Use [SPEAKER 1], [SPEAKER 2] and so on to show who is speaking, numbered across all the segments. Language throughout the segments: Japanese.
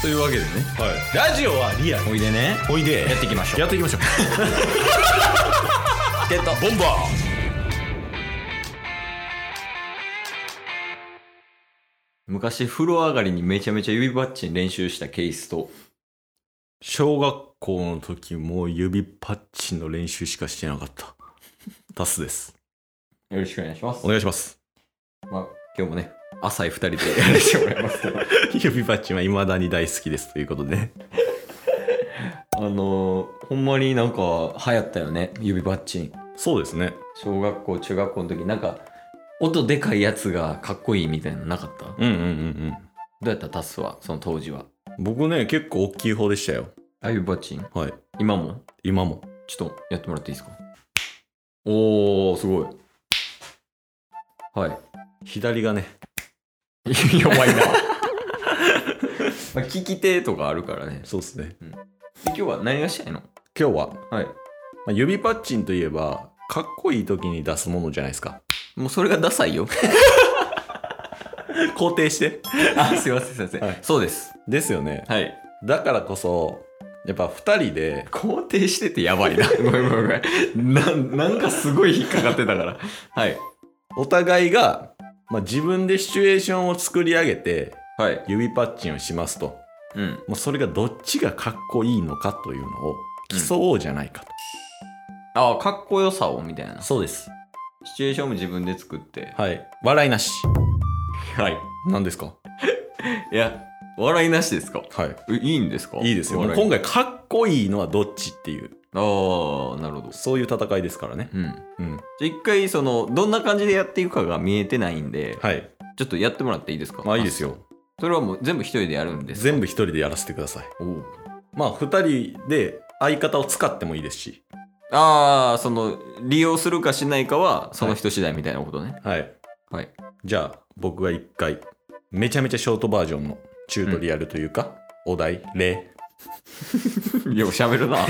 [SPEAKER 1] というわけでね
[SPEAKER 2] はい、ラジオはリアル
[SPEAKER 1] おいでね
[SPEAKER 2] おいで
[SPEAKER 1] やっていきましょう
[SPEAKER 2] やってい きましょう
[SPEAKER 1] ってた
[SPEAKER 2] ボンバ
[SPEAKER 1] 昔風呂上がりにめちゃめちゃ指バッチン練習したケースと
[SPEAKER 2] ー小学校の時もう指パッチンの練習しかしてなかったタスです
[SPEAKER 1] よろしくお願いします
[SPEAKER 2] お願いします
[SPEAKER 1] まあ、今日もね浅い二人でやらせてもらい ますけど
[SPEAKER 2] 指パッチンは未だに大好きですということでね
[SPEAKER 1] あのー、ほんまになんか流行ったよね指バッチン
[SPEAKER 2] そうですね
[SPEAKER 1] 小学校中学校の時なんか音でかいやつがかっこいいみたいなのなかったど
[SPEAKER 2] うんうんうんうん
[SPEAKER 1] うやったタスはその当時は
[SPEAKER 2] 僕ね結構大きい方でしたよ
[SPEAKER 1] あ指バッチン
[SPEAKER 2] はい
[SPEAKER 1] 今も
[SPEAKER 2] 今も
[SPEAKER 1] ちょっとやってもらっていいですかおーすごいはい
[SPEAKER 2] 左がね
[SPEAKER 1] 弱いな。まあ、聞き手とかあるからね。
[SPEAKER 2] そうですね
[SPEAKER 1] 今日は何がしたいの
[SPEAKER 2] 今日は、ま
[SPEAKER 1] はい。
[SPEAKER 2] あ指パッチンといえばかっこいい時に出すものじゃないですか
[SPEAKER 1] もうそれがダサいよ。
[SPEAKER 2] 肯定して
[SPEAKER 1] あ、すいません、すいません。
[SPEAKER 2] はい
[SPEAKER 1] そうです。
[SPEAKER 2] ですよね
[SPEAKER 1] はい。
[SPEAKER 2] だからこそやっぱ2人で
[SPEAKER 1] 肯定しててやばいな。 ごめんごめんごめん。なんなんかすごい引っかかってたから。はい。
[SPEAKER 2] お互いが、まあ、自分でシチュエーションを作り上げて
[SPEAKER 1] はい。
[SPEAKER 2] 指パッチンをしますと
[SPEAKER 1] うん。
[SPEAKER 2] もうそれがどっちがかっこいいのかというのを競おうじゃないかと、
[SPEAKER 1] あ、かっこよさをみたいな。シ
[SPEAKER 2] そうです
[SPEAKER 1] チュエーションも自分で作って。
[SPEAKER 2] はい笑いなし
[SPEAKER 1] はい。
[SPEAKER 2] 何ですか
[SPEAKER 1] いや、笑いなしですか
[SPEAKER 2] はい
[SPEAKER 1] えいいんですか
[SPEAKER 2] いいですよもう
[SPEAKER 1] 笑
[SPEAKER 2] 今回かっこいいのはどっちっていう
[SPEAKER 1] あー、なるほど。
[SPEAKER 2] そういう戦いですからね
[SPEAKER 1] うん。
[SPEAKER 2] うん
[SPEAKER 1] じゃあ一回そのどんな感じでやっていくかが見えてないんで、
[SPEAKER 2] はい
[SPEAKER 1] ちょっとやってもらっていいですか
[SPEAKER 2] まあいいですよ
[SPEAKER 1] それはもう全部一人でやるんです
[SPEAKER 2] 全部一人でやらせてください
[SPEAKER 1] 部
[SPEAKER 2] まあ2人で相方を使ってもいいですし
[SPEAKER 1] ああその利用するかしないかはその人次第みたいなことね
[SPEAKER 2] はい
[SPEAKER 1] はい
[SPEAKER 2] じゃあ僕が1回めちゃめちゃショートバージョンのチュートリアルというか、お題例
[SPEAKER 1] よくしゃべる な
[SPEAKER 2] いっ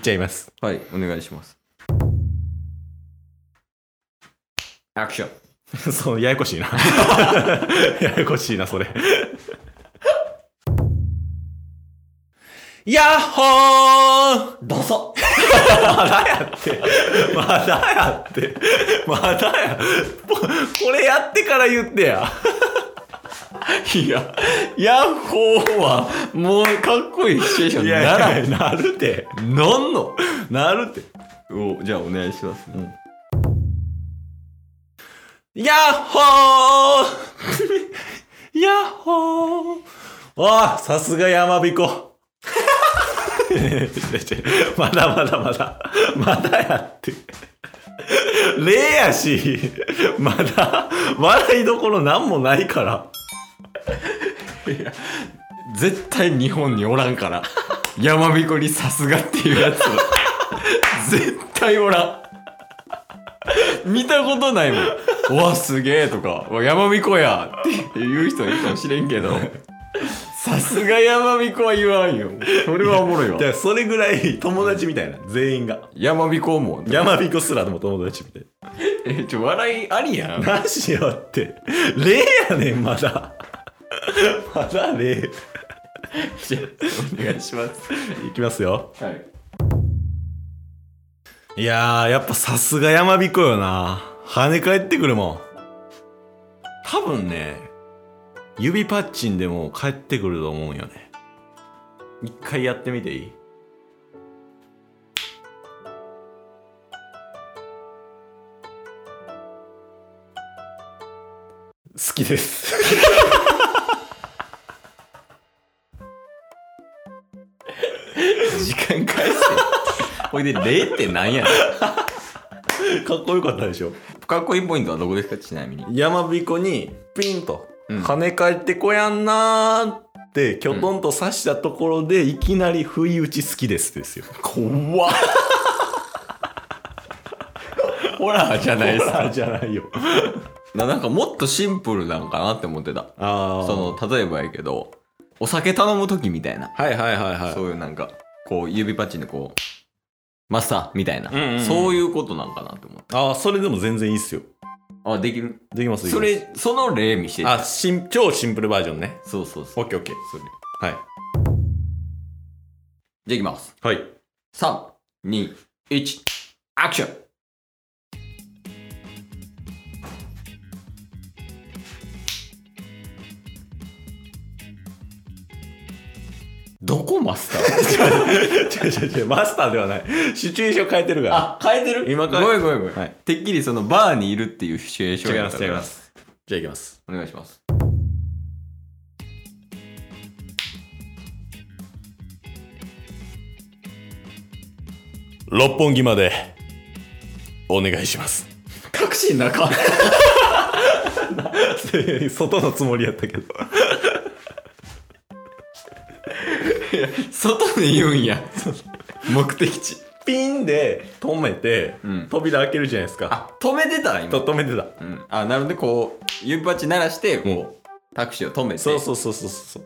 [SPEAKER 2] ちゃいます
[SPEAKER 1] はいお願いしますアクション
[SPEAKER 2] そう、ややこしいな。 ややこしいな、それ。 やっほー
[SPEAKER 1] ダサ
[SPEAKER 2] まだやって。まだや。ぽこれやってから言ってや。
[SPEAKER 1] いやヤッホーはもうかっこいいシチュエーション
[SPEAKER 2] い
[SPEAKER 1] に
[SPEAKER 2] や
[SPEAKER 1] ないら
[SPEAKER 2] や
[SPEAKER 1] ん
[SPEAKER 2] いや、なるて。
[SPEAKER 1] なんの
[SPEAKER 2] なるて。
[SPEAKER 1] おじゃあお願いしますね
[SPEAKER 2] やっほーやっほーあさすが山彦 まだまだまだまだやって例やしまだ笑いどころなんもないから
[SPEAKER 1] 絶対日本におらん から山彦にさすがっていうやつは 絶対おらん見たことないも ん「わすげえ」とか「わ山彦や」って言う人いるかもしれんけどさすが山彦は言わんよそれはおもろ いわ
[SPEAKER 2] だからそれぐらい友達みたいな全員が
[SPEAKER 1] 山彦も
[SPEAKER 2] 山彦すらでも友達みたいな
[SPEAKER 1] えちょ笑いあり やん
[SPEAKER 2] なしよって例やねんまだ まだ例
[SPEAKER 1] じゃ あお願いします
[SPEAKER 2] いきますよ
[SPEAKER 1] はい
[SPEAKER 2] いやー、やっぱさすが山彦よな。跳ね返ってくるもん。多分ね、指パッチンでも返ってくると思うんよね。一回やってみていい好きです。
[SPEAKER 1] 時間返 してほいで「礼」ってなんやね
[SPEAKER 2] かっこよかったでしょ
[SPEAKER 1] んかっこいいポイントはどこですかちなみに
[SPEAKER 2] 山彦にピンと
[SPEAKER 1] うん
[SPEAKER 2] 跳ね返ってこやんなーってきょとんと刺したところでいきなり不意打ち好きですですよ。
[SPEAKER 1] 怖っホラーじゃないです
[SPEAKER 2] ホラ
[SPEAKER 1] か
[SPEAKER 2] ーじゃないよ。
[SPEAKER 1] ななんかもっとシンプルなんかなって思ってた
[SPEAKER 2] ああ。
[SPEAKER 1] その例えばやけどお酒頼む時みたいな、
[SPEAKER 2] はいはいはいはい。
[SPEAKER 1] そういうなんかこう指パッチンでこうマスターみたいな、
[SPEAKER 2] うんうんうん
[SPEAKER 1] そういうことなんかなって思って
[SPEAKER 2] ああ、それでも全然いいっすよ。
[SPEAKER 1] あできる
[SPEAKER 2] できますできます
[SPEAKER 1] それその例見して
[SPEAKER 2] あしん、超シンプルバージョンね。
[SPEAKER 1] そうそうそう
[SPEAKER 2] オッケーオッケー。
[SPEAKER 1] それ
[SPEAKER 2] はい。
[SPEAKER 1] じゃあいきます。
[SPEAKER 2] はい。
[SPEAKER 1] 3、2、1、アクションどこマスター
[SPEAKER 2] 違う違う違う、マスターではない。シチュエーション変えてるから。
[SPEAKER 1] あ、変えてる
[SPEAKER 2] 今変え
[SPEAKER 1] ごめんごめんごめん。
[SPEAKER 2] はい
[SPEAKER 1] てっきりそのバーにいるっていうシチュエーション
[SPEAKER 2] 違い
[SPEAKER 1] や
[SPEAKER 2] ま
[SPEAKER 1] った
[SPEAKER 2] す、
[SPEAKER 1] から
[SPEAKER 2] 違いま。す。じゃあいきます。
[SPEAKER 1] お願いします。
[SPEAKER 2] 六本木まで、お願いします。
[SPEAKER 1] タクシーの中
[SPEAKER 2] 外のつもりやったけど。
[SPEAKER 1] 外で言うんや。目的地。
[SPEAKER 2] ピンで止めて、
[SPEAKER 1] うん
[SPEAKER 2] 扉開けるじゃないですか。
[SPEAKER 1] あ、止めてた今。
[SPEAKER 2] と止めてた。
[SPEAKER 1] うん、あ、なのでこう、指パッチン鳴らして、こう、タクシーを止めて。
[SPEAKER 2] そうそうそうそうそう。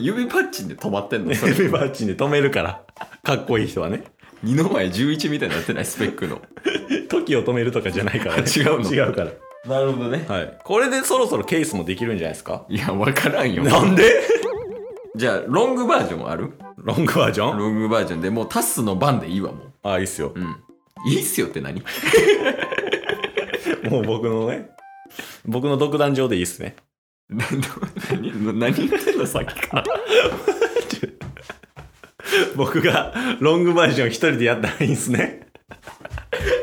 [SPEAKER 1] 指パッチンで止まってんのそれ
[SPEAKER 2] エビバッチンで止めるから。かっこいい人はね。
[SPEAKER 1] 二の前11みたいになってないスペックの
[SPEAKER 2] 時を止めるとかじゃないからね。
[SPEAKER 1] 違うの
[SPEAKER 2] 違うから。
[SPEAKER 1] なるほどね
[SPEAKER 2] はい。これでそろそろケースもできるんじゃないですか
[SPEAKER 1] いや分からんよ
[SPEAKER 2] なんで
[SPEAKER 1] じゃあロングバージョンある
[SPEAKER 2] ロングバージョン
[SPEAKER 1] ロングバージョンでもうタスの番でいいわもう
[SPEAKER 2] あ、いいっすよ。
[SPEAKER 1] うんいいっすよって何
[SPEAKER 2] もう僕のね。僕の独壇場でいいっすね。
[SPEAKER 1] 何何何言ってんのさっきから
[SPEAKER 2] 僕が ロングバージョン一人でやったらいいっすね。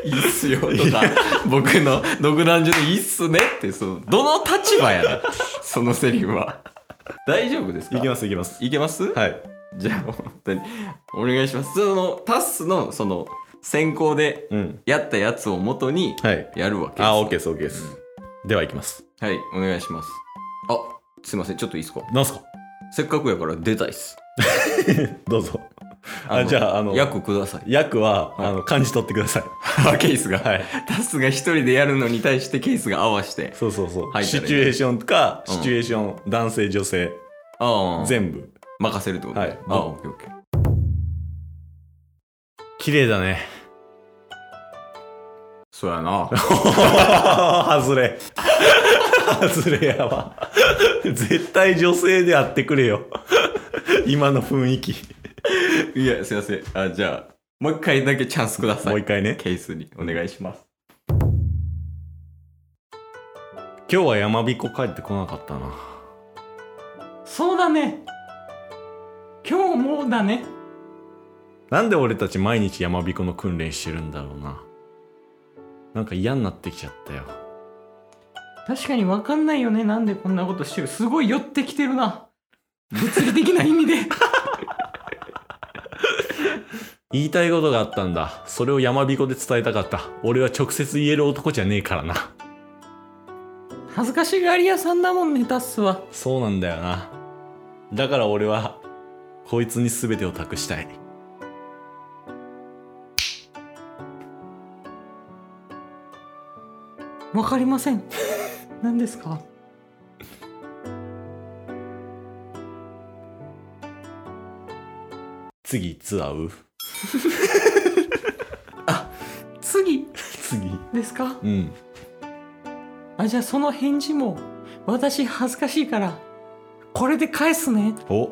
[SPEAKER 1] いいっすよとか僕の独壇場でいいっすねってそのどの立場やねんそのセリフは大丈夫ですか
[SPEAKER 2] いきますすいきます。
[SPEAKER 1] いけます、
[SPEAKER 2] はい。
[SPEAKER 1] じゃあ本当にお願いしますそのタスのその先行で
[SPEAKER 2] うん。
[SPEAKER 1] やったやつをもとに
[SPEAKER 2] はい。
[SPEAKER 1] やるわけです
[SPEAKER 2] あ、オッケーです、オッケーです。では行きます。
[SPEAKER 1] はい、お願いします。あ、すいません、ちょっといいですか
[SPEAKER 2] なんすか
[SPEAKER 1] せっかくやから出たいっす。
[SPEAKER 2] どうぞ。あ
[SPEAKER 1] の
[SPEAKER 2] じゃああの
[SPEAKER 1] 役ください。
[SPEAKER 2] 役は、
[SPEAKER 1] はい
[SPEAKER 2] あの、漢字取ってください。
[SPEAKER 1] ケースが。
[SPEAKER 2] はい。
[SPEAKER 1] タスが一人でやるのに対してケースが合わして。
[SPEAKER 2] そうそうそう。
[SPEAKER 1] はい
[SPEAKER 2] シチュエーションか、
[SPEAKER 1] うん
[SPEAKER 2] シチュエーション、男性、女性、
[SPEAKER 1] ああ、
[SPEAKER 2] 全部。
[SPEAKER 1] 任せるってこと
[SPEAKER 2] はい
[SPEAKER 1] ああ、オッケーオッケー。
[SPEAKER 2] 綺麗だね。
[SPEAKER 1] そうやな。
[SPEAKER 2] 外れ。外れやわ。絶対女性であってくれよ。今の雰囲気。
[SPEAKER 1] いや、すいません。あ、じゃあ、もう一回だけチャンスください。
[SPEAKER 2] もう一回ね。
[SPEAKER 1] ケースにお願いします。
[SPEAKER 2] 今日は山彦帰ってこなかったな。
[SPEAKER 1] そうだね。今日もうだね。
[SPEAKER 2] なんで俺たち毎日山彦の訓練してるんだろうな。なんか嫌になってきちゃったよ。
[SPEAKER 1] 確かに分かんないよね。なんでこんなことしてる。すごい寄ってきてるな。物理的な意味で。
[SPEAKER 2] 言いたいことがあったんだ。それを山彦で伝えたかった。俺は直接言える男じゃねえからな。
[SPEAKER 1] 恥ずかしがり屋さんだもんね、タスは。
[SPEAKER 2] そうなんだよな。だから俺は、こいつに全てを託したい。
[SPEAKER 1] わかりません。何ですか
[SPEAKER 2] 次いつ会う
[SPEAKER 1] 次
[SPEAKER 2] 次。
[SPEAKER 1] ですか
[SPEAKER 2] うん。
[SPEAKER 1] あ、じゃあその返事も、私恥ずかしいから、これで返すね。
[SPEAKER 2] お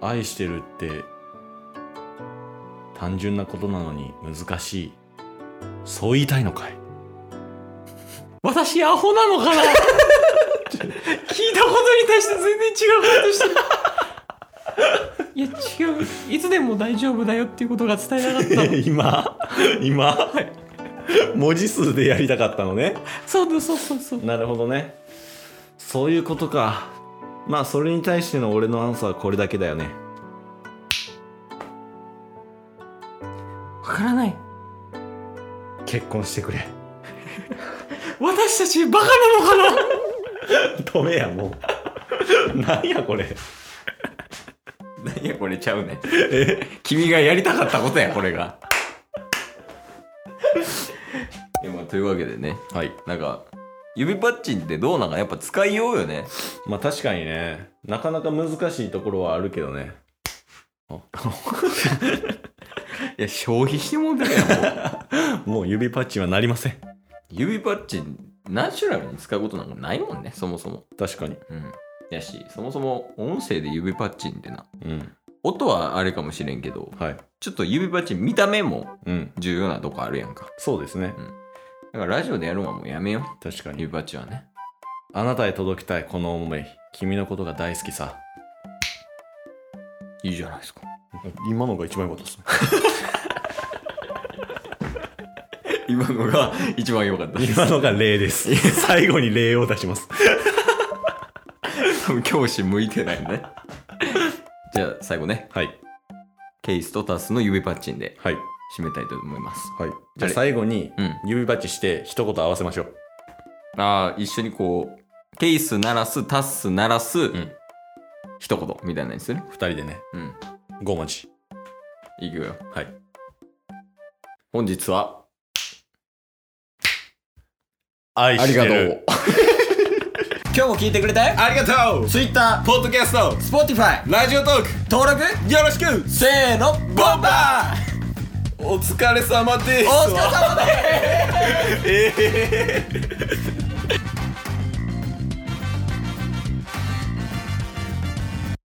[SPEAKER 2] 愛してるって単純なことなのに難しいそう言いたいのかい
[SPEAKER 1] 私アホなのかな 聞いたことに対して全然違うことしてる。いや、違う。いつでも大丈夫だよっていうことが伝えたかったの。
[SPEAKER 2] 今今、
[SPEAKER 1] い
[SPEAKER 2] 文字数でやりたかったのね
[SPEAKER 1] そうだそうそうそう。
[SPEAKER 2] なるほどねそういうことかまあそれに対しての俺のアンサーはこれだけだよね
[SPEAKER 1] わからない。
[SPEAKER 2] 結婚してくれ
[SPEAKER 1] 私たちバカなのかな
[SPEAKER 2] 止めやもう なんやこれ
[SPEAKER 1] 何やこれちゃうね。君がやりたかったことや、これが。いやまあというわけでね。
[SPEAKER 2] はい
[SPEAKER 1] なんか指パッチンってどうなんかやっぱ使いようよね
[SPEAKER 2] まあ確かにねなかなか難しいところはあるけどね
[SPEAKER 1] いや消費してもうてるやんもう
[SPEAKER 2] もう指パッチンはなりません
[SPEAKER 1] 指パッチンナチュラルに使うことなんかないもんねそもそも
[SPEAKER 2] 確かに。
[SPEAKER 1] うんやしそもそも音声で指パッチンってな
[SPEAKER 2] うん。
[SPEAKER 1] 音はあれかもしれんけど
[SPEAKER 2] はい。
[SPEAKER 1] ちょっと指パッチン見た目も
[SPEAKER 2] うん。
[SPEAKER 1] 重要なとこあるやんか
[SPEAKER 2] そうですね。
[SPEAKER 1] だからラジオでやるのはもうやめよ
[SPEAKER 2] 確か
[SPEAKER 1] う
[SPEAKER 2] に。
[SPEAKER 1] 指パッチンはね
[SPEAKER 2] あなたへ届きたいこの思い。君のことが大好きさ。
[SPEAKER 1] いいじゃないですか
[SPEAKER 2] 今のが一番良かったです。
[SPEAKER 1] 今のが一番良かったです
[SPEAKER 2] 今のが例です。最後に例を出します。
[SPEAKER 1] 多分教師向いてない ねじゃあ最後ね
[SPEAKER 2] はい。
[SPEAKER 1] ケイスとタスの指パッチンで
[SPEAKER 2] はい。
[SPEAKER 1] 締めたいと思います
[SPEAKER 2] はい。じゃあ最後に
[SPEAKER 1] うん
[SPEAKER 2] 指パッチして一言合わせましょう。
[SPEAKER 1] ああ一緒にこうケイス鳴らすタス鳴らす、
[SPEAKER 2] ん
[SPEAKER 1] 一言みたいなのにする
[SPEAKER 2] 二人でね。
[SPEAKER 1] うん
[SPEAKER 2] 5文字。
[SPEAKER 1] いくよ
[SPEAKER 2] はい。
[SPEAKER 1] 本日は
[SPEAKER 2] 愛
[SPEAKER 1] ありがと う今日も聞いてくれて
[SPEAKER 2] ありがとう
[SPEAKER 1] Twitter、
[SPEAKER 2] ポッドキャスト
[SPEAKER 1] Spotify
[SPEAKER 2] ラジオトーク
[SPEAKER 1] 登録
[SPEAKER 2] よろしく
[SPEAKER 1] せーのボンバー
[SPEAKER 2] お疲れ様です
[SPEAKER 1] お疲れ様です
[SPEAKER 2] ええ